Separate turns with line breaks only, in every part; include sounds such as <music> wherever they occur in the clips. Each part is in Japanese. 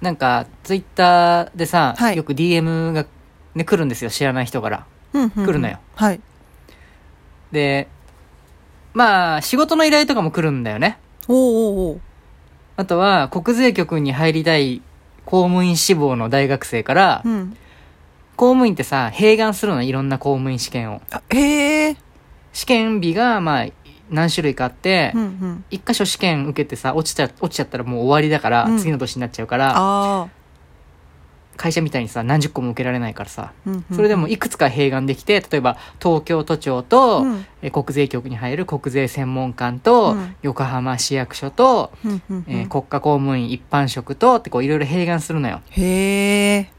なんか、ツイッターでさ、
はい
よく DM が、ね、来るんですよ。知らない人から。
うんうんうん
来るのよ。
はい。
で、まあ、仕事の依頼とかも来るんだよね。
おうおうおう
あとは、国税局に入りたい公務員志望の大学生から、
うん。
公務員ってさ、併願するの、いろんな公務員試験を。
あ、へえ。
試験日が、まあ、何種類かあって
うん、うん。
一、箇所試験受けてさ、落ちちゃ、落ちちゃったらもう終わりだから、
うん
次の年になっちゃうから、
ああ。
会社みたいにさ、何十個も受けられないからさ、
うんうんうん
それでもいくつか併願できて、例えば、東京都庁と、
うん
えー国税局に入る国税専門官と、
うん
横浜市役所と、
うんうんうん
えー国家公務員一般職とってこういろいろ併願するのよ。
へえ。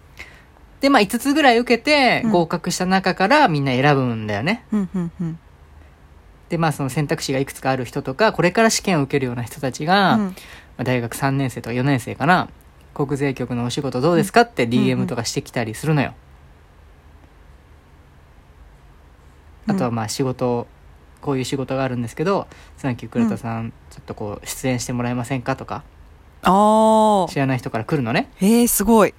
で、まあ5つぐらい受けて
うん
合格した中からみんな選ぶんだよね。
うんうんうん
で、まあその選択肢がいくつかある人とか、これから試験を受けるような人たち
う
が、ま
ん。
あ大学3年生とか4年生かな、国税局のお仕事どうですかって
うんう
DM
ん
とかしてきたりするのよ。
うん
あとはまあ仕事、こういう仕事があるんですけど、サンキュー倉田さん、ちょっとこう出演してもらえませんかとか、
ああ。
知らない人から来るのね。
へえ、すごい。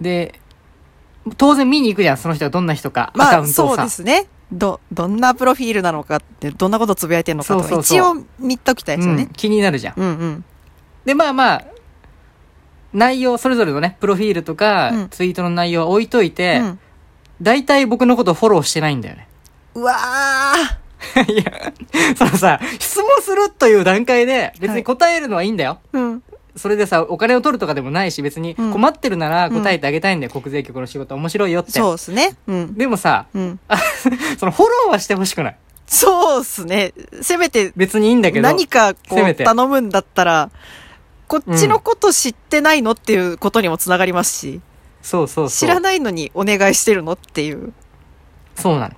で、当然見に行くじゃん、その人がどんな人か、アカ
ま
ウン
あ、
トを
そう
さ
で。すね。ど、どんなプロフィールなのかって、どんなことつぶやいてんのかと
そうそ
か、
うそう
一応見ときたいですよ
うん
ね。
気になるじゃん。
うんうん。
で、まあまあ、内容、それぞれのね、プロフィールとか、
うん
ツイートの内容は置いといて、
うん
大体僕のことフォローしてないんだよね。
うわあ。
いや、そのさ、質問するという段階で、別に答えるのはいいんだよ。
うん。
それでさ、お金を取るとかでもないし、別に
うん
困ってるなら答えてあげたいんだよ、国税局の仕事面白いよって。
そうですね。うん。
でもさ、
うん。
そのフォローはしてほしくない。
そうですね。せめて、
別にいいんだけど。
何かこ
せめ
う
て
頼むんだったら、こっちのこと知ってないのっていうことにもつながりますし、
そうそうそう。
知らないのにお願いしてるのっていう。
そうなの。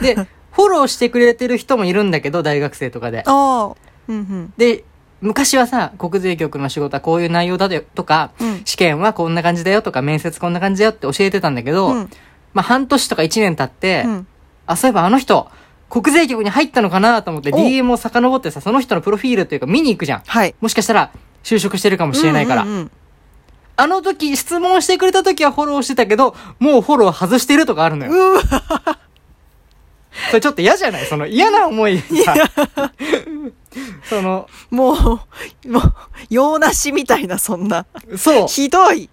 で、フォローしてくれてる人もいるんだけど、大学生とかで。
ああ。うん
で、昔はさ、国税局の仕事はこういう内容だよとか、
うん。うん。
試験はこんな感じだよとか、面接こんな感じだよって教えてたんだけど、
うん
まあ半年とか1年経って、
うん。
あ、そういえばあの人、国税局に入ったのかなと思って
お
DM を遡ってさ、その人のプロフィールというか見に行くじゃん。
はい。
もしかしたら就職してるかもしれないから。
うんうんうん
あの時、質問してくれた時はフォローしてたけど、もうフォロー外してるとかあるのよ。
うわ
それちょっと嫌じゃないその嫌な思い
<laughs>
さ。その、
もう、もう、用なしみたいな、そんな。
そう。
ひどい。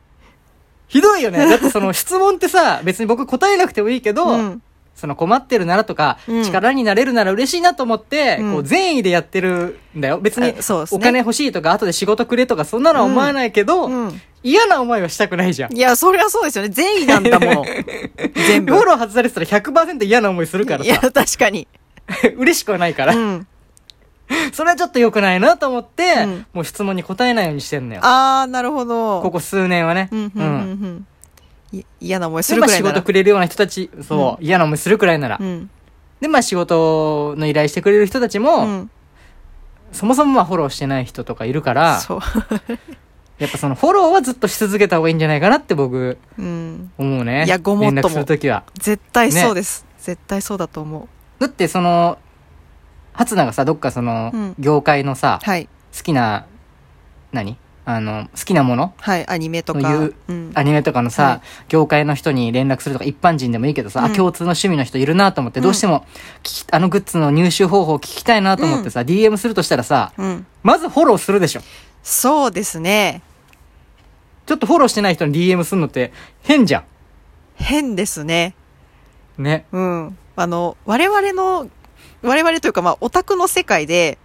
ひどいよね。だってその質問ってさ、別に僕答えなくてもいいけど、
うん。
その困ってるならとか、
うん
力になれるなら嬉しいなと思って、
うん
こう善意でやってるんだよ。別に
あそうですね
お金欲しいとか後で仕事くれとかそんなのは思わないけど、
うん。
嫌な思いはしたくないじゃん。
いや、そりゃそうですよね。善意なん
<laughs>
だもの。全
フ
部。
ォロー外されてたら100%嫌な思いするから
いや、
さ、
確かに。
<laughs> 嬉しくはないか
う
ら、
ん。
それはちょっと良くないなと思って、
うん
もう質問に答えないようにしてんのよ。
ああ、なるほど。
ここ数年はね。
うんうんうんうんい嫌な思いす
で、
る
まあ
くらい
仕
なら
事くれるような人たち、そう、嫌な思いするくらいなら
う。ん
で、まあ仕事の依頼してくれる人たちも、
うん
そもそもまあフォローしてない人とかいるから、
そう
やっぱそのフォローはずっとし続けた方がいいんじゃないかなって僕、
うん
思うね。
いやごもっとも
連絡するときは。
絶対そうです絶対そうだと思う
だってその、初菜がさ、どっかその、
うん
業界のさ、
はい
好きな、何あの、好きなもの
はいアニメとか
そういう
うん
アニメとかのさ、業界の人に連絡するとか一般人でもいいけどさ、あ
うん
共通の趣味の人いるなと思って、
うん
どうしても聞きあのグッズの入手方法を聞きたいなと思ってさ、DM するとしたらさ
うん
まずフォローするでしょ
そうですね
ちょっとフォローしてない人に DM するのって変じゃ
変ですね
んね
うんあの我々の我々というかまあオタクの世界で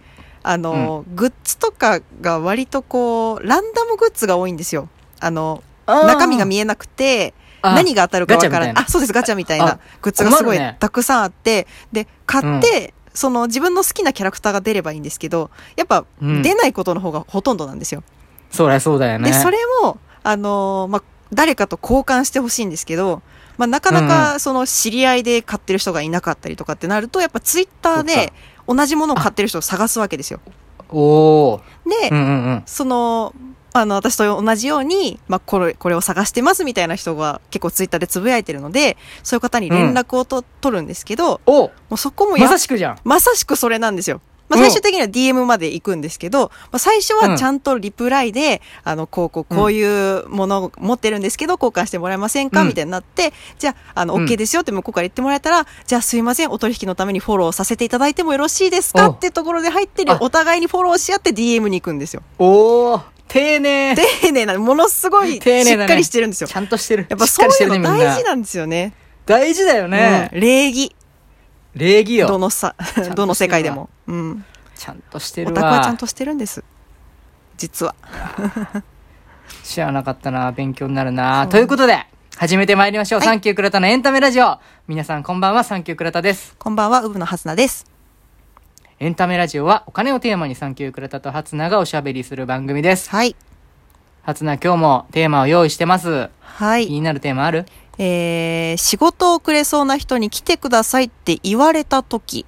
あの、グッズとかが割とこうランダムグッズが多いんですよあの中身が見えなくて
あ
何が当たるかわから
ガチャみた
ない
い。な
あ、そうです、ガチャみたい
あ
なグッズがすごい
困るね
たくさんあって、で、買って、その自分の好きなキャラクターが出ればいいんですけど、やっぱ
うん
出ないことの方がほとんどなんですよ。
そりゃそうだよね
で、それも、あのーまあ、誰かと交換してほしいんですけど、まあ、なかな
うん
かその知り合いで買ってる人がいなかったりとかってなると、やっぱツイッター
そっ
で
か
同じものを買ってる人を探すわけですよ。
おお
で、
うんうんうん
その、あの、私と同じように、まあ、これ、これを探してますみたいな人が結構ツイッターでつぶやいてるので、そういう方に連絡をと、取るんですけど、
お
もうそこもや
まさしくじゃん
まさしくそれなんですよ。まあ、
うん
最終的には DM まで行くんですけど、まあ、最初はちゃんとリプライで、あの、こう、こう、こういうものを持ってるんですけど、交換してもらえませんか
うん
みたいになって、じゃあ、あの、
うん
OK ですよって向こうから言ってもらえたら、じゃあすいません、お取引のためにフォローさせていただいてもよろしいですか
お
ってところで入ってる
あ、
お互いにフォローし合って DM に行くんですよ。
おお丁寧
丁寧な、ものすごい、し
<laughs> 丁寧だね
っかりしてるんですよ。
ちゃんとしてる
やっぱ
しっ
そ
か
う
りして
い
るね
う
みん
の
な
大事なんですよね。
大事だよね、
うん礼儀。
礼儀
ど
よ
のさ
んとしてる、わ
どの世界でも。うん。
ちゃんとして
オ
る
タクはちゃ
わ
んとしてるんです。実は。
知らなかったな勉強になるな
そう
ということで始めてまいりましょう、
はい
サンキュークラタのエンタメラジオ皆さんこんばんはサンキュークラタです
こんばんは、ウブのはずなです。
エンタメラジオはお金をテーマにサンキュークラタとハツナがおしゃべりする番組です
はい。
ハツナ今日もテーマを用意してます
は
気
い。
になるテーマある
えー、仕事をくれそうな人に来てくださいって言われたとき。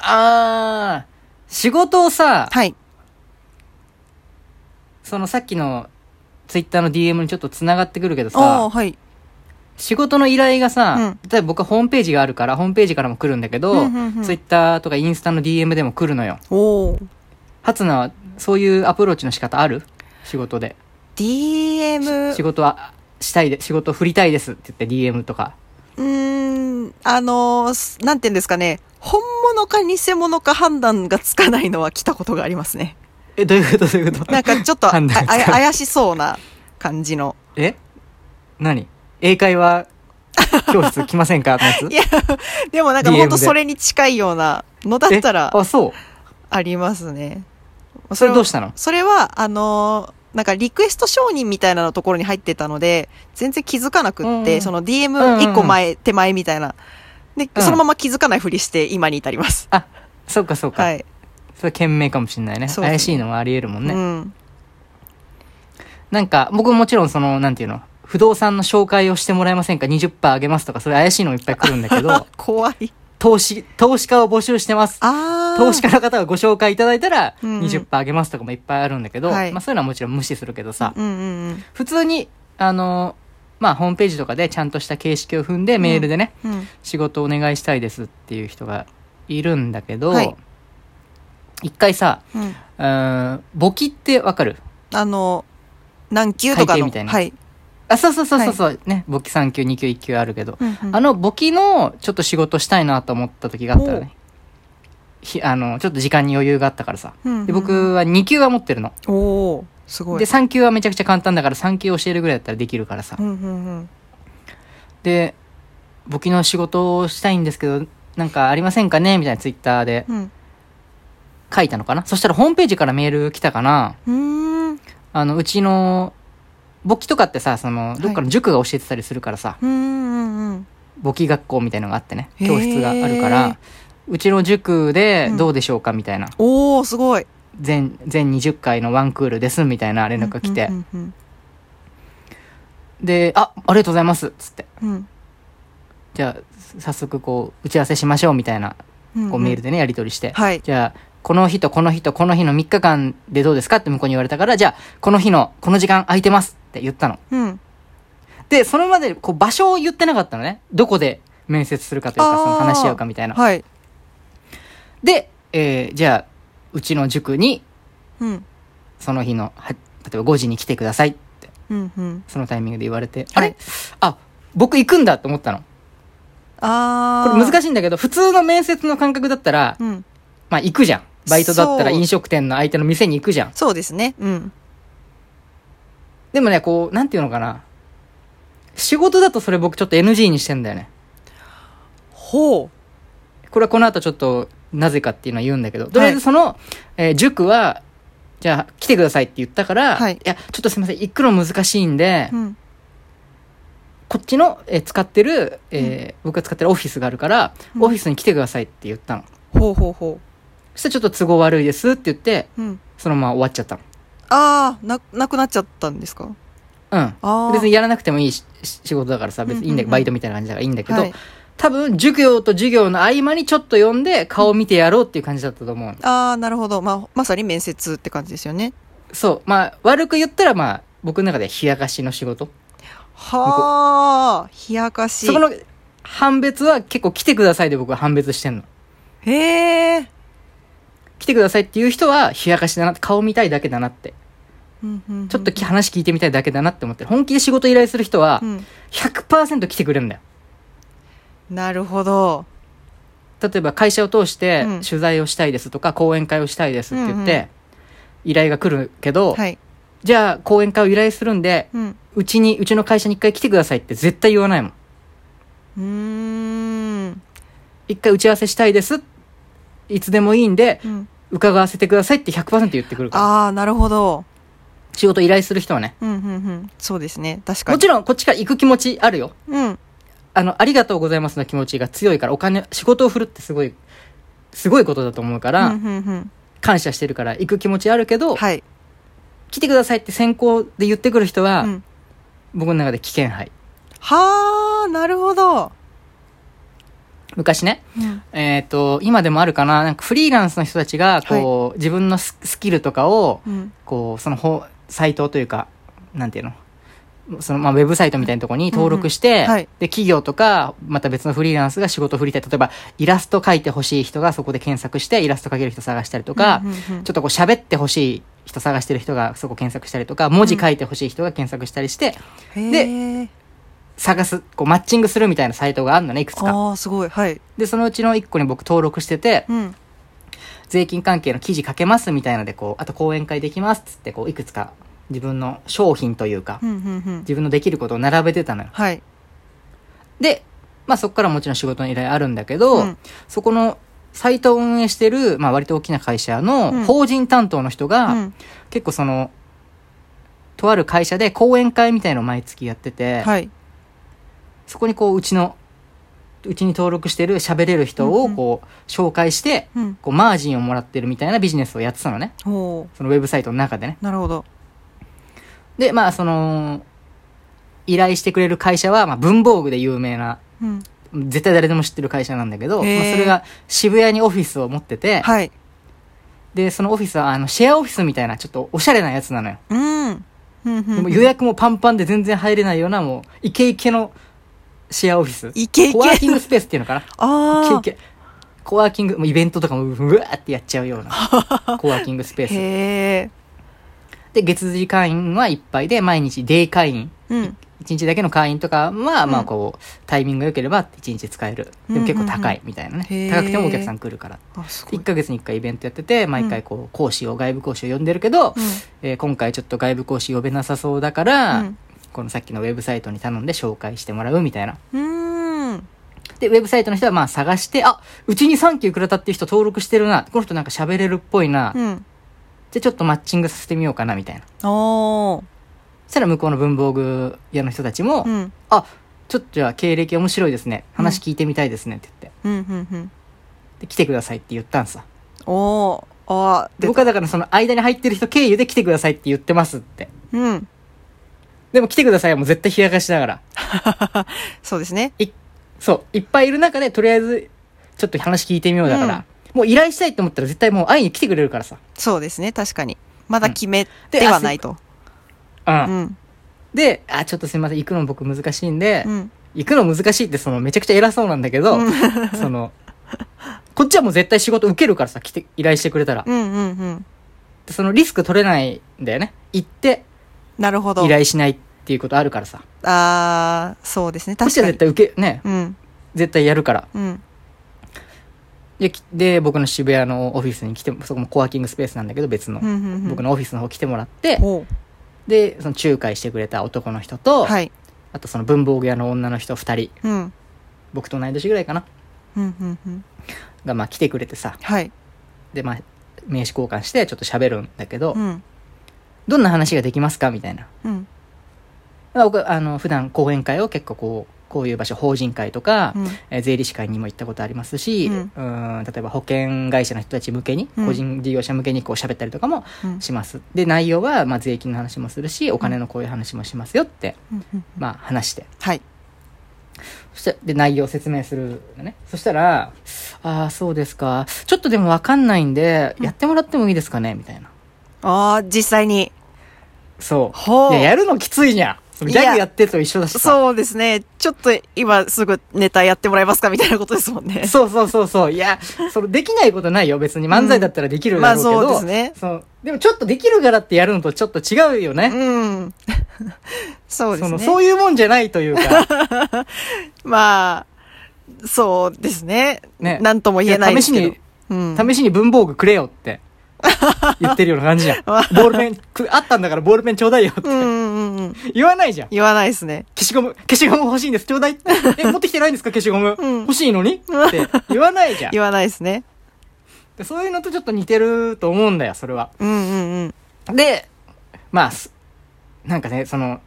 あー仕事をさ
はい。
そのさっきのツイッターの DM にちょっとつながってくるけど
あ
さ
あ、はい。
仕事の依頼がさ、
う
例えば僕はホームページがあるからホームページからも来るんだけど、
うんうんうん
ツイッターとかインスタの DM でも来るのよ
おー。
ハツナはそういうアプローチの仕方ある仕事で
DM
仕、事はしたいで仕事振りたいですって言って DM とか
うーん、あのーすなんて言うんですかね。本物か偽物か判断がつかないのは来たことがありますね。
えどういうことどういうこと
なんかちょっとああ
判断つかない
怪しそうな感じの。
え何英会話教室来ませんかのやつ
いや、でもなんか
DM で
ほんとそれに近いようなのだったら
えあそう
ありますね。
それどうしたたの
それは、あのーなんかリクエスト商人みたいなのところに入ってたので、全然気づかなくって、
うん
その DM 一個前、手前みたいな。で、
うん
そのまま気づかないふりして今に至ります。
あそうかそうか、
はい。
それ賢明かもしんないね
そうですね
怪しいのもありえるもんね、
うん。
なんか僕ももちろんそのなんていうの不動産の紹介をしてもらえませんか20%あげますとかそういう怪しいのもいっぱい来るんだけど
怖い。
<laughs> 投資投資家を募集してます
あー。
投資家の方がご紹介いただいたら
うん
20%あげますとかもいっぱいあるんだけど、
はい
まあ、そういうのはもちろん無視するけどさ、
うんうん
普通にあのまあホームページとかでちゃんとした形式を踏んでメールでね、
うん。うん。
仕事お願いしたいですっていう人がいるんだけど、
はい
一回さ、
うん。
うーん、簿記ってわかる
あの、何級と
会
か
計
の。
みたいな
はい。
あ、そうそうそうそうそう、ね、簿記3級、2級、1級あるけど、
うんうん
あの簿記のちょっと仕事したいなと思った時があったのね。ひあの、ちょっと時間に余裕があったからさ。
うんうん
で、僕は2級は持ってるの。
おー、すごい。
で、3級はめちゃくちゃ簡単だから3級教えるぐらいだったらできるからさ
う。んうんうん。
で、簿記の仕事をしたいんですけど、なんかありませんかねみたいなツイッターで
うん。
書いたのかなそしたらホームページからメール来たかな
うーん。
あの、うちの、簿記とかってさ、その、どっかの塾が教えてたりするからさ、
うんうんうん。
簿記学校みたいのがあってね、
へー
教室があるから、うちの塾でどうでしょうかみたいな、
おー、すごい。
全、全20回のワンクールですみたいな連絡が来て、
うんうん
で、あ、ありがとうございますっつって、
うんうん
じゃあ、早速こう、打ち合わせしましょうみたいな、
うんうん
こうメールでね、やり取りして、
はい。
じゃあ、この日とこの日とこの日の3日間でどうですかって向こうに言われたから、じゃあ、この日のこの時間空いてますって言ったの。
うん。
で、そのまでこう場所を言ってなかったのね。どこで面接するかという
あ
か、
ー
その話し合うかみたいな。
はい。
で、えーじゃあ、うちの塾に、
うん。
その日の、は例えば5時に来てくださいって、
うんうん。
そのタイミングで言われて、
はい
あれあ、僕行くんだと思ったの。
あ
こ
ー。
れ難
しい。
しいんだけど、普通の面接の感覚だったら、
うん。
まあ行くじゃん。バイトだったら
そう
飲食店の相手の店に行くじゃん。
そうですね。うん。
でもね、こう、なんていうのかな。仕事だとそれ僕ちょっと NG にしてんだよね。
ほ
これはこの後ちょっと、なぜかっていうのは言うんだけど、とりあえずその、えー塾は、じゃあ来てくださいって言ったから、
はい
や、ちょっとすみません、行くの難しいんで、
う。うん。
こっちの、えー使ってる、えー僕が使ってるオフィスがあるから、
うん
オフィスに来てくださいって言ったの。
ほうほうほ
そしたらちょっと都合悪いですって言って、
う。うん。
そのまま終わっちゃった
あー、な、なくなっちゃったんですか
の。う
あ
ん。
ー。
別にやらなくてもいいしし仕事だからさ、別にいいんだけど、
うんうんうん
バイトみたいな感じだからいいんだけど、
はい。
多分、授業と授業の合間にちょっと読んで、顔見てやろうっていう感じだったと思うの。
あー、なるほど。まあ、まさに面接って感じですよね。
そう。まあ、悪く言ったら、まあ、僕の中では冷やかしの仕事。
はー。冷やかし。
そこの判別は結構来てくださいで僕は判別してんの。
へー。
来てくださいっていう人は、冷やかしだなって、顔見たいだけだなって。
うんうんうん
ちょっとき話聞いてみたいだけだなって思ってる。本気で仕事依頼する人は
う、ん
100%来てくれるんだよ。
なるほど
例えば会社を通して
うん
取材をしたいですとか、講演会をしたいですって言っ
うんう
て、依頼が来るけど、
はい
じゃあ講演会を依頼するんで、
うん
うちに、うちの会社に一回来てくださいって絶対言わないもん。
うーん
一回打ち合わせしたいです。いつでもいいんで、
うん
伺わせてくださいって100%言ってくるから。
ああなるほど
仕事依頼する人はね。
うんうんうんそうですね確か
も
に
ちろんこっちから行く気持ちあるよ。
うん
あの、ありがとうございますの気持ちが強いから、お金、仕事を振るってすごい、すごいことだと思うか
う
ら、
んうんうん
感謝してるから行く気持ちあるけど、
はい
来てくださいって先行で言ってくる人は、
うん
僕の中で危険杯。
はあなるほど
昔ね、
うん
えっ、と、今でもあるかな、なんかフリーランスの人たちが、こう、自分のススキルとかを、
うん
こう、そのほサイトというか、なんていうの、その、まあ、ウェブサイトみたいなところに登録して、
うんうんはい
で、企業とか、また別のフリーランスが仕事を振りたい。例えば、イラスト描いてほしい人がそこで検索して、イラスト描ける人探したりとか、
うんうんうん
ちょっとこう喋ってほしい人探してる人がそこ検索したりとか、文字書いてほしい人が検索したりして、
へえ
探す、こうマッチングするみたいなサイトがあるのね、いくつか。
ああすごいはい
で、そのうちの1個に僕登録してて、
うん
税金関係の記事書けますみたいなので、こう、あと講演会できますっつって、こう、いくつか自分の商品というか
う、んうんうん
自分のできることを並べてたのよ。
はい
で、まあそこからもちろん仕事の依頼あるんだけど、
うん
そこのサイトを運営してる、まあ割と大きな会社
うん
の法人担当の人が、
うん
結構その、とある会社で講演会みたいのを毎月やってて、
はい
そこにこう、うちの、うちに登録してる喋れる人をこう、紹介して、
うん
こう、マージンをもらってるみたいなビジネスをやってたのね。
おー
そのウェブサイトの中でね。
なるほど
で、まあその、依頼してくれる会社は、まあ文房具で有名な、
うん
絶対誰でも知ってる会社なんだけど、
へー
まあそれが渋谷にオフィスを持ってて、
はい
で、そのオフィスは、あの、シェアオフィスみたいな、ちょっとおしゃれなやつなのよ。
うんうんうん
でも
う
予
ん
約もパンパンで全然入れないような、もう、イケイケのシェアオフィス。
イケイケ
コワーキングスペースっていうのかなイ
あ
ケイケ。コワーキング、もうイベントとかも、うわーってやっちゃう
<laughs>
ような、コワーキングスペ
あ
ース。
へえ
で、月次会員はいっぱいで、毎日デイ会員。
うん
一日だけの会員とかは、まあこう、タイミングが良ければ一日使える。でも結構高いみたいなね。
うんうんうんへー
高くてもお客さん来るから。
あすごい
1ヶ月に1回イベントやってて、毎回こう、講師を、外部講師を呼んでるけど、
うん
えー今回ちょっと外部講師呼べなさそうだから、
うん
このさっきのウェブサイトに頼んで紹介してもらうみたいな。
うーん
で、ウェブサイトの人はまあ探して、あ、うちにサンキューくれたっていう人登録してるな。この人なんか喋れるっぽいな。
うん
で、ちょっとマッチングさせてみようかな、みたいな。
おー
そしたら向こうの文房具屋の人たちも、
うん
あ、ちょっとじゃあ経歴面白いですね。話聞いてみたいですねって言って。
うんうんうん
で、来てくださいって言ったんさ。
おーあー
で
で
僕はだからその間に入ってる人経由で来てくださいって言ってますって。
うん
でも来てくださいはもう絶対冷やかしながら。
そうですね
そう。いっぱいいる中で、とりあえず、ちょっと話聞いてみようだから。もう依頼したいと思ったら絶対もう会いに来てくれるからさ。
そうですね確かにまだ決め
で
てはないと
う。
うんん
で、あ、ちょっとすみません。行くの僕難しいんで、
うん
行くの難しいってそのめちゃくちゃ偉そうなんだけど、
うん
<laughs> その、こっちはもう絶対仕事受けるからさ、来て、依頼してくれたら。
うんうんうん
そのリスク取れないんだよね。行って
なるほど
依頼しないっていうことあるからさ。
あーそうですね
こっ
確
ちは
かに
絶対受け、ね、
うん
絶対やるから。
うん
で、きで僕の渋谷のオフィスに来て、そこもコワーキングスペースなんだけど別の。
うんうんうん
僕のオフィスの方来てもらって、
ほ
で、その仲介してくれた男の人と、
うはい
あとその文房具屋の女の人二人、
うん
僕と同い年ぐらいかな、
うんうんうん
がまあ来てくれてさ、
はい
でまあ名刺交換してちょっと喋るんだけど、
うん
どんな話ができますかみたいな。
うん
まあ僕、あの、普段講演会を結構こう、こういう場所、法人会とか、
うん
えー税理士会にも行ったことありますし、
う
うんん、例えば保険会社の人たち向けに、
うん
個人事業者向けにこう喋ったりとかも
うん
します。で、内容は、まあ税金の話もするし、お金のこういう話もしますよって、
うんうん
まあ話して。
はい
そしたらで、内容を説明するのね。そしたら、ああ、そうですか。ちょっとでもわかんないんで、やってもらってもいいですかねみたいな。
ああ実際に
そう。
ほう
いや、やるのきついじゃん。ギャグやってると一緒だしさ
そうですね。ちょっと今すぐネタやってもらえますかみたいなことですもんね。
そうそうそうそう。いや、そのできないことないよ、別に。漫才だったらできる
ま
だろう
あ
けど。
そうですね。
そうでもちょっとできるからってやるのとちょっと違うよね。
うん。 <laughs> そうです
その
ね。
そういうもんじゃないというか、
まあ、そうですね。
ね
なんとも <laughs> 言えないですけど。
いや
うん、
試しに文房具くれよって言ってるような感じじゃ
<laughs>
ん。ボールペンく、あったんだからボールペンちょうだいよって
うんうんうんうん。
言わないじゃん。
言わないですね。
消しゴム、消しゴム欲しいんです、ちょうだい。
<laughs>
え、持ってきてないんですか、消しゴム。
うん
欲しいのにって言わないじゃん
言わないですね。
で。そういうのとちょっと似てると思うんだよ、それは。
うんうんうん。
で、まあ、すなんかね、その、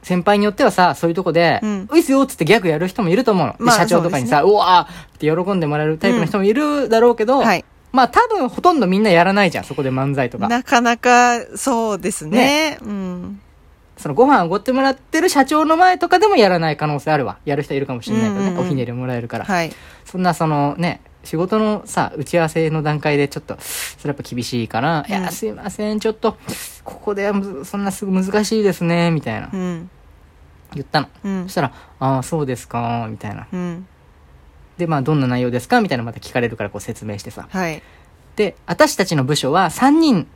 先輩によってはさ、そういうとこで、
う
うんいっすよっつってギャグやる人もいると思うの。で
まあ
社長とかにさ、うわーって喜んでもらえるタイプの人もいるだろうけど、
はい。
まあ多分ほとんどみんなやらないじゃん、そこで漫才とか。
なかなか、そうですね。うん。
そのご飯おごってもらってる社長の前とかでもやらない可能性あるわ。やる人いるかもしれないけどね、
うんうんうん
おひねりもらえるから。
はい。
そんなそのね、仕事のさ、打ち合わせの段階でちょっと、それやっぱ厳しいから、い
うん
や、すいません、ちょっと、ここではむずそんなすぐ難しいですね、みたいな
う。ん。
言ったの。
うん
そし。たら、ああ、そうですか、みたいな。
うん。
で、まあ、どんな内容ですかみたいなまた聞かれるからこう説明してさ。
はい。
で、私たちの部署は3人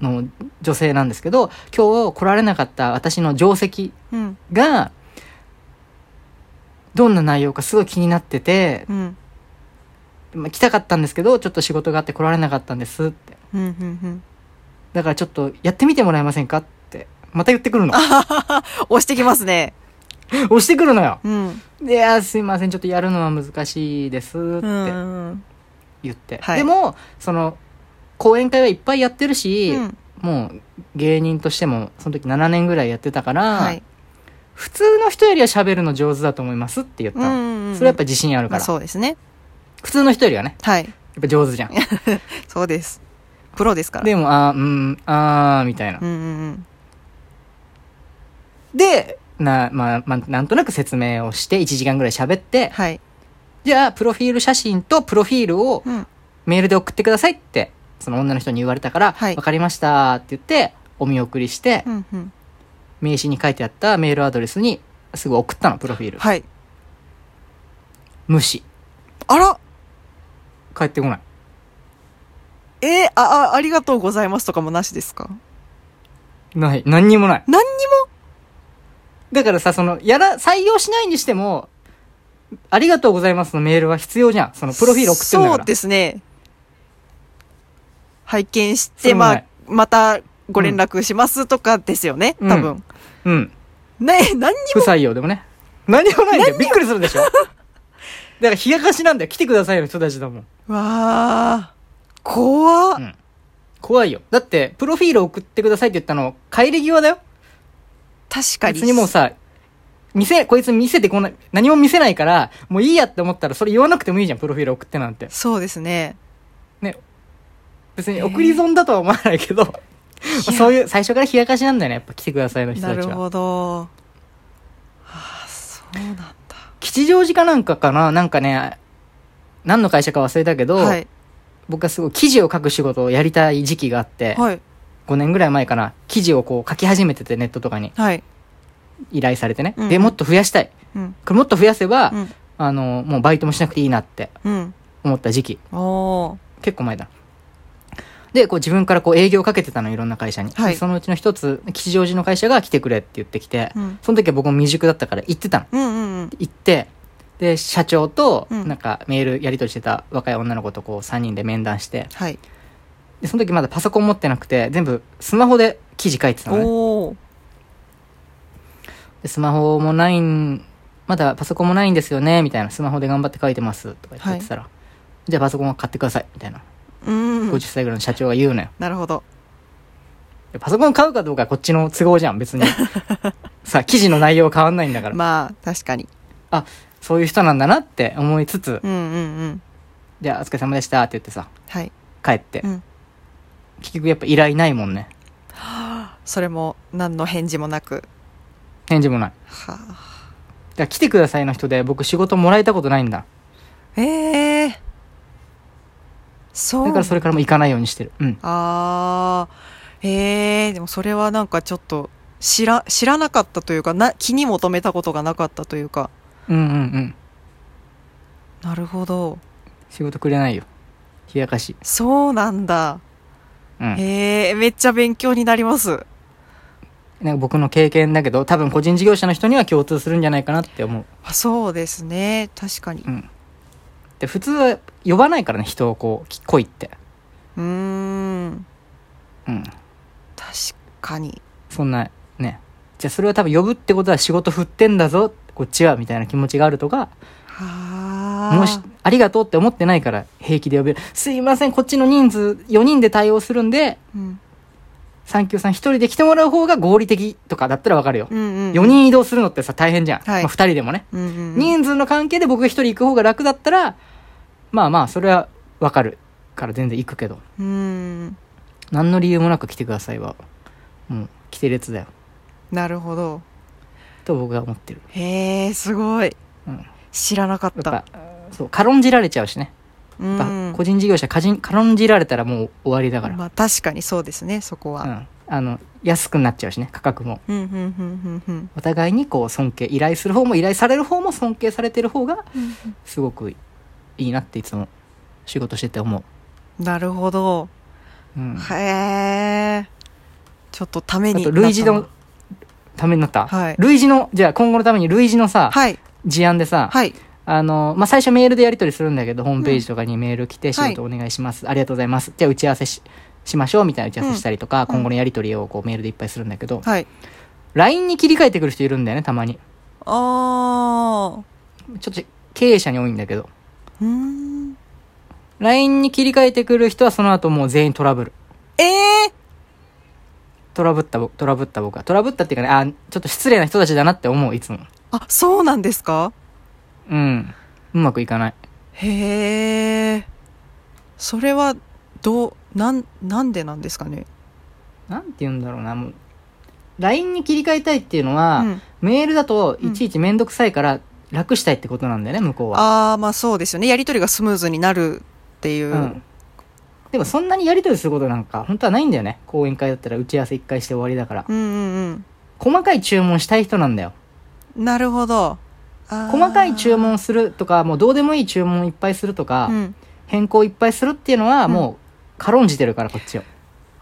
の女性なんですけど、今日来られなかった私の定石
うん。
が、どんな内容かすごい気になってて、
うん。
まあ、来たかったんですけど、ちょっと仕事があって来られなかったんですって。
うん。うん。うん。
だからちょっとやってみてもらえませんかって。また言ってくるの。
押してきますね。
押してくるのよ。
うん。
いやー、すいません、ちょっとやるのは難しいですって。
うん。
言って、
はい
でもその講演会はいっぱいやってるし、
うん
もう芸人としてもその時7年ぐらいやってたから、
はい。
普通の人よりは喋るの上手だと思いますって言った
うん
の、
うんうん。
それはやっぱ自信あるか
まあ
ら、
そうですね。
普通の人よりはね
はい。
やっぱ上手じゃん
そうです。プロですから。
でもあーうんあーみたいな、
うんうんうん。
でな,、まあまあ、なんとなく説明をして1時間ぐらい喋って、
はい。
じゃあプロフィール写真とプロフィールを
うん。
メールで送ってくださいってその女の人に言われたから「
はい
わかりました」って言ってお見送りして、
うんうん。
名刺に書いてあったメールアドレスにすぐ送ったの、プロフィール。
はい。
無視。
あら
返ってこない。
えー、あ、あ、ありがとうございますとかもなしですか
ない。何にもない。
何に
だからさ、その、やら、採用しないにしても、ありがとうございますのメールは必要じゃん。その、
も
プロフィール送ってんだか
そう
ら。
ですね。拝見し
そ
て、
れも
ま
な
あ
い、
またご連絡しますとかですよね、
うん
多分。
うん。
ねえ、何に
不採用でもね。何にもないんだよ。びっくりするでしょ。だから、冷やかしなんだよ。来てくださいの人たちだもん。
も。わあ、怖っ、
うん怖いよ。だって、プロフィール送ってくださいって言ったの、帰り際だよ。
確かに。
別にもうさ、見せ、こいつ見せてこない、何も見せないから、もういいやって思ったら、それ言わなくてもいいじゃん、プロフィール送ってなんて。
そうですね。
別に送り損だとは思わないけど、まあそういう、最初から冷やかしなんだよね、やっぱ来てくださいの人
な
た
る
ちは。
ほど。ああ、そうなんだ。
吉祥寺かなんかかな、なんかね、何の会社か忘れたけど、
はい。
僕はすごい記事を書く仕事をやりたい時期があって、
はい。
5年ぐらい前かな、記事をこう書き始めてて、ネットとかに
はい。
依頼されてね。
うん
で、もっと増やしたい。
うん。
これもっと増やせば、
うん。
あの、もうバイトもしなくていいなって
うん。
思った時期。
おー。
結構前だでこう自分からこう営業かけてたのいろんな会社に、
はい
そのうちの一つ吉祥寺の会社が来てくれって言ってきて、
うん
その時は僕も未熟だったから行ってたの
うんうん
行ってで社長と
うん
なんかメールやり取りしてた若い女の子とこう3人で面談して
はい。
でその時まだパソコン持ってなくて全部スマホで記事書いてたのね
おー。
でスマホもないんまだパソコンもないんですよねみたいなスマホで頑張って書いてますとか言ってたら、じゃあパソコンを買ってくださいみたいな、
うん。
50歳ぐらいの社長が言うのよ
なるほど。
パソコン買うかどうかこっちの都合じゃん、
<laughs>
別に。さあ、記事の内容変わんないんだから。
まあ、確かに。
そういう人なんだなって思いつつ、
うんうんうん。
じゃあお疲れ様でしたって言ってさ、
はい。
帰って。
うん
結局やっぱ依頼ないもんね。
それも、何の返事もなく。
返事もない。だか
はあ。
ら来てくださいの人で僕仕事もらえたことないんだ。
ええー。そう。
だからそれからもう行かないようにしてる。うん。
ああ。ええー、でもそれはなんかちょっと、知ら知らなかったというかな気に求めたことがなかったというか
うんうんうん。
なるほど
仕事くれないよ。冷やかし。
そうなんだ
うん。
へえめっちゃ勉強になります
なんか僕の経験だけど、多分個人事業者の人には共通するんじゃないかなって思う。
あそうですね確かに
うん。で、普通は呼ばないからね、人をこう、き来いって。
うーん
うん。
確かに
そんな、ね。じゃあそれは多分呼ぶってことは仕事振ってんだぞ、こっちは、みたいな気持ちがあるとか、
はあ
もし、ありがとうって思ってないから平気で呼べる。すいません、こっちの人数4人で対応するんで、
うん、
産休さん1人で来てもらう方が合理的とかだったらわかるよ。
うんうんうん
4人移動するのってさ、大変じゃん。
はい
まあ2人でもね。
うんうんうん
人数の関係で僕が1人行く方が楽だったら、まあまあ、それはわかるから全然行くけど。
うん
何の理由もなく来てくださいは、もう、来て列だよ。
なるほど
と僕は思ってる。
へえすごい
うん。
知らなかっ
やったぱ、そう、軽んじられちゃうしね。
う
やっぱ
ん
個人事業者、かじん軽んじられたらもう終わりだから。
まあ確かにそうですねそこ
う
は、
ん。あの、安くなっちゃうしね、価格も。
うん、うんうんうんうん
お互いにこう尊敬、依頼する方も依頼される方も尊敬されてる方が、すごくいいなっていつも仕事してて思
なるほど
う。うん。
へえちょっとため
あ
に
と類似
なっ
のためになった、
はい
類似のじゃあ今後のために類似のさ、
たはい
事案でさ、
はい
あのまあ、最初メールでやり取りするんだけどホームページとかにメール来て「仕
はい
事お願いします、ありがとうございます」じゃあ打ち合わせししましょうみたいな打ち合わせしたりとか、
うん
今後のやり取りをこうメールでいっぱいするんだけど、
はい
LINE に切り替えてくる人いるんだよねたまに
ああ
ちょっと経営者に多いんだけど
うーん
LINE に切り替えてくる人はその後もう全員トラブル
ええ
トラブった僕トラブった僕はトラブったっていうかねあちょっと失礼な人たちだなって思ういつも
あそうなんですか
うんうまくいかない
へえそれはどうなんなんでなんですかね
なんて言うんだろうな、もう、LINE に切り替えたいっていうのは、
うん
メールだといちいちめんどくさいから楽したいってことなんだよね、向こうは。
ああまあそうですよねやり取りがスムーズになるっていう、
うん。でもそんなにやりとりすることなんか、本当はないんだよね。講演会だったら打ち合わせ1回して終わりだから。
うんうん
細かい注文したい人なんだよ。
うんなるほどあー
細かい注文するとか、もうどうでもいい注文いっぱいするとか、
うん、
変更いっぱいするっていうのは、
うん
もう、軽んじてるから、こっちを。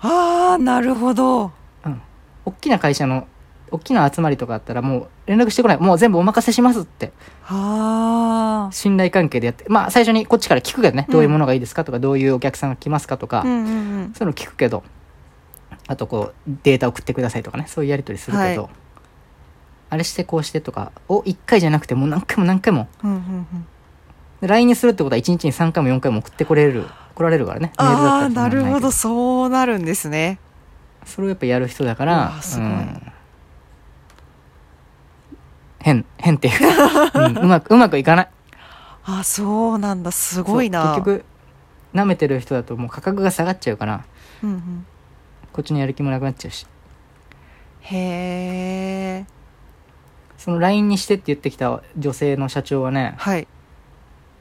ああなるほど
うん。大きな会社の、大きな集まりとかあったら、もう連絡してこない。もう全部お任せしますって。
ああ
信頼関係でやって、まあ最初にこっちから聞くけどね、
うん
どういうものがいいですかとか、どういうお客さんが来ますかとか、
うんうんうん
そういうの聞くけど、あとこう、データ送ってくださいとかね、そういうやり取りするけど、
は
あれしてこうしてとか、を1回じゃなくてもう何回も何回も、
うんうんうん
で LINE にするってことは1日に3回も4回も送ってこれる、来られるからね。メールだ
あ
ったら
あなるほど
そんんい
そうなるんですね
けどそれをやっぱやる人だか
うわ
ら
ー、すごい
ん変、変っていうか、うんうまく、うまくいかない。
あーそうなんだすごいな
そう結局舐めてる人だともう価格が下がっちゃうから
うんうん、
こっちのやる気もなくなっちゃうし
へえ
その LINE にしてって言ってきた女性の社長はね
はい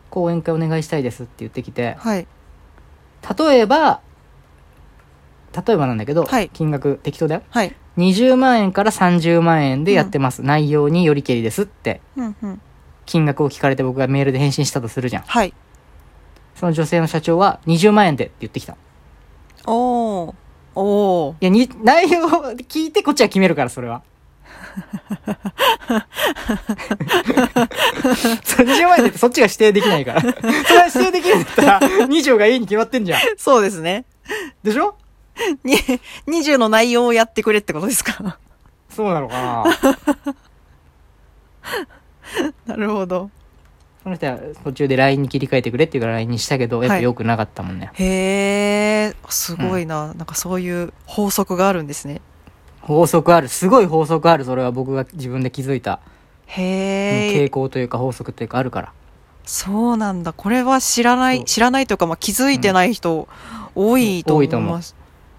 講演会お願いしたいですって言ってきて
はい
例えば例えばなんだけど、
はい
金額適当だよ
はい
20万円から30万円でやってます、内容によりけりですって
うんうん
金額を聞かれて僕がメールで返信したとするじゃん
はい
その女性の社長は20万円でって言ってきたい
おーおー
やに内容を聞いてこっちは決めるからそれ
<laughs>
はそれ20万円でってそっちが指定できないから。それは指定できるんだったら、2条がいいに決まってんじゃん。
そうですね <laughs>
でしょ
に20の内容をやってくれってことです
<laughs>
か
そうなのかな
なるほど
その人は途中で LINE に切り替えてくれっていうから LINE にしたけど、やっぱ
はい
良くなかったもんね。
へえすごいな、なんかそういう法則があるんですね
法則ある。すごい法則ある。それは僕が自分で気づいた。
へ
傾
え
向というか法則というかあるから。
そうなんだこれは知らな
そ
いう知らないというか、まあ、気づいてない人多いと思います、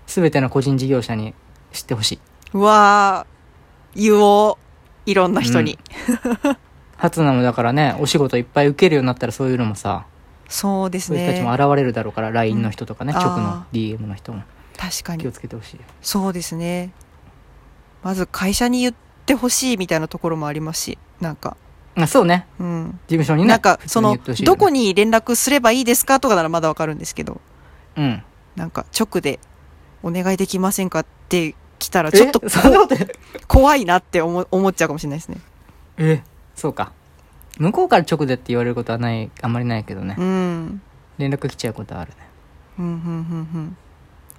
すべての個人事業者に知ってほしい。
うわー言おういろんな人に、
うん初なのだからね、お仕事いっぱい受けるようになったらそういうのもさ、
そうです
そういう人たちも
ね
現れるだろうから、LINE の人とかね、
うん
直
あ
の DM の人も
確か
気
に
をつけてほしい。
そうですねまず会社に言ってほしいみたいなところもありますし、なんか、
あそうね
うん。
事務所にね
なんか、
普通
そ
に言
の
ってほし、いよ
ど
ね
こに連絡すればいいですかとかならまだわかるんですけど、
うん
なんか、直で、お願いできませんかって来たら、ちょっと
えそんなこと言う
怖いなって思思っちゃうかもしれないですね。
えそうか向こうから直でって言われることはないあんまりないけどね、
うん。
連絡来ちゃうことはあるね
うん、うん、うん、うん。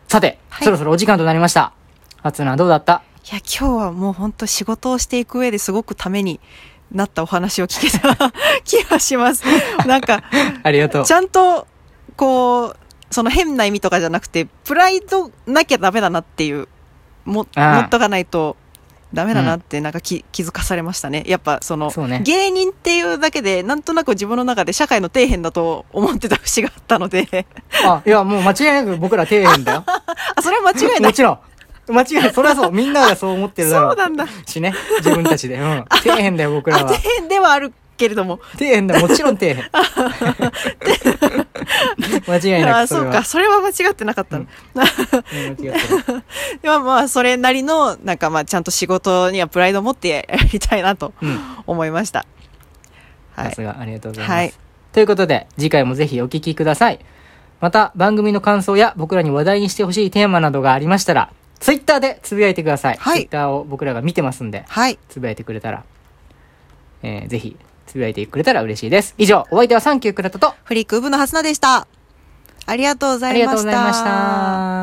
さて、
はい
そろそろお時間となりました初菜どうだ
<laughs>
った
いや、今日はもう本当仕事をしていく上ですごくためになったお話を聞けた <laughs> 気がします。なんか、
ありがとう
ちゃんと、こう、その変な意味とかじゃなくて、プライドなきゃダメだなっていう、も、
ああ
持っとかないとダメだなってなんか気,、気づかされましたね。やっぱその、
そうね
芸人っていうだけで、なんとなく自分の中で社会の底辺だと思ってた節があったの
<laughs>
で、
あいやもう間違いなく僕ら底辺だよ
あ、それは間違い
も
ない。
ちろん間違いないそれはそうみんながそう思ってるだろ
そう
う
なんだ。
しね自分たちで、うん、底辺だよ僕
あ、
らは
底辺ではあるけれども、
底辺だもちろん底辺 <laughs> 間違いな
あ
くそれ
そう
は
か、それは間違ってなかった
う
の。
ん間違ってない
<laughs> でもまあ、それなりの、なんかまあ、ちゃんと仕事にはプライドを持ってやりたいなと
うん
思いました。は
さ
い
す。がありがとうございます、
はい
ということで次回もぜひお聞きくださいまた番組の感想や僕らに話題にしてほしいテーマなどがありましたらツイッターでつぶやいてください、
はい
ツイッターを僕らが見てますんで
はい。
つぶやいてくれたら、えー、ぜひつぶやいてくれたら嬉しいです以上お相手はサンキュー倉田と
フリークウブのはすなでした。ありがとうござ
あ
い
りが
ま
とう
し。
ございましたた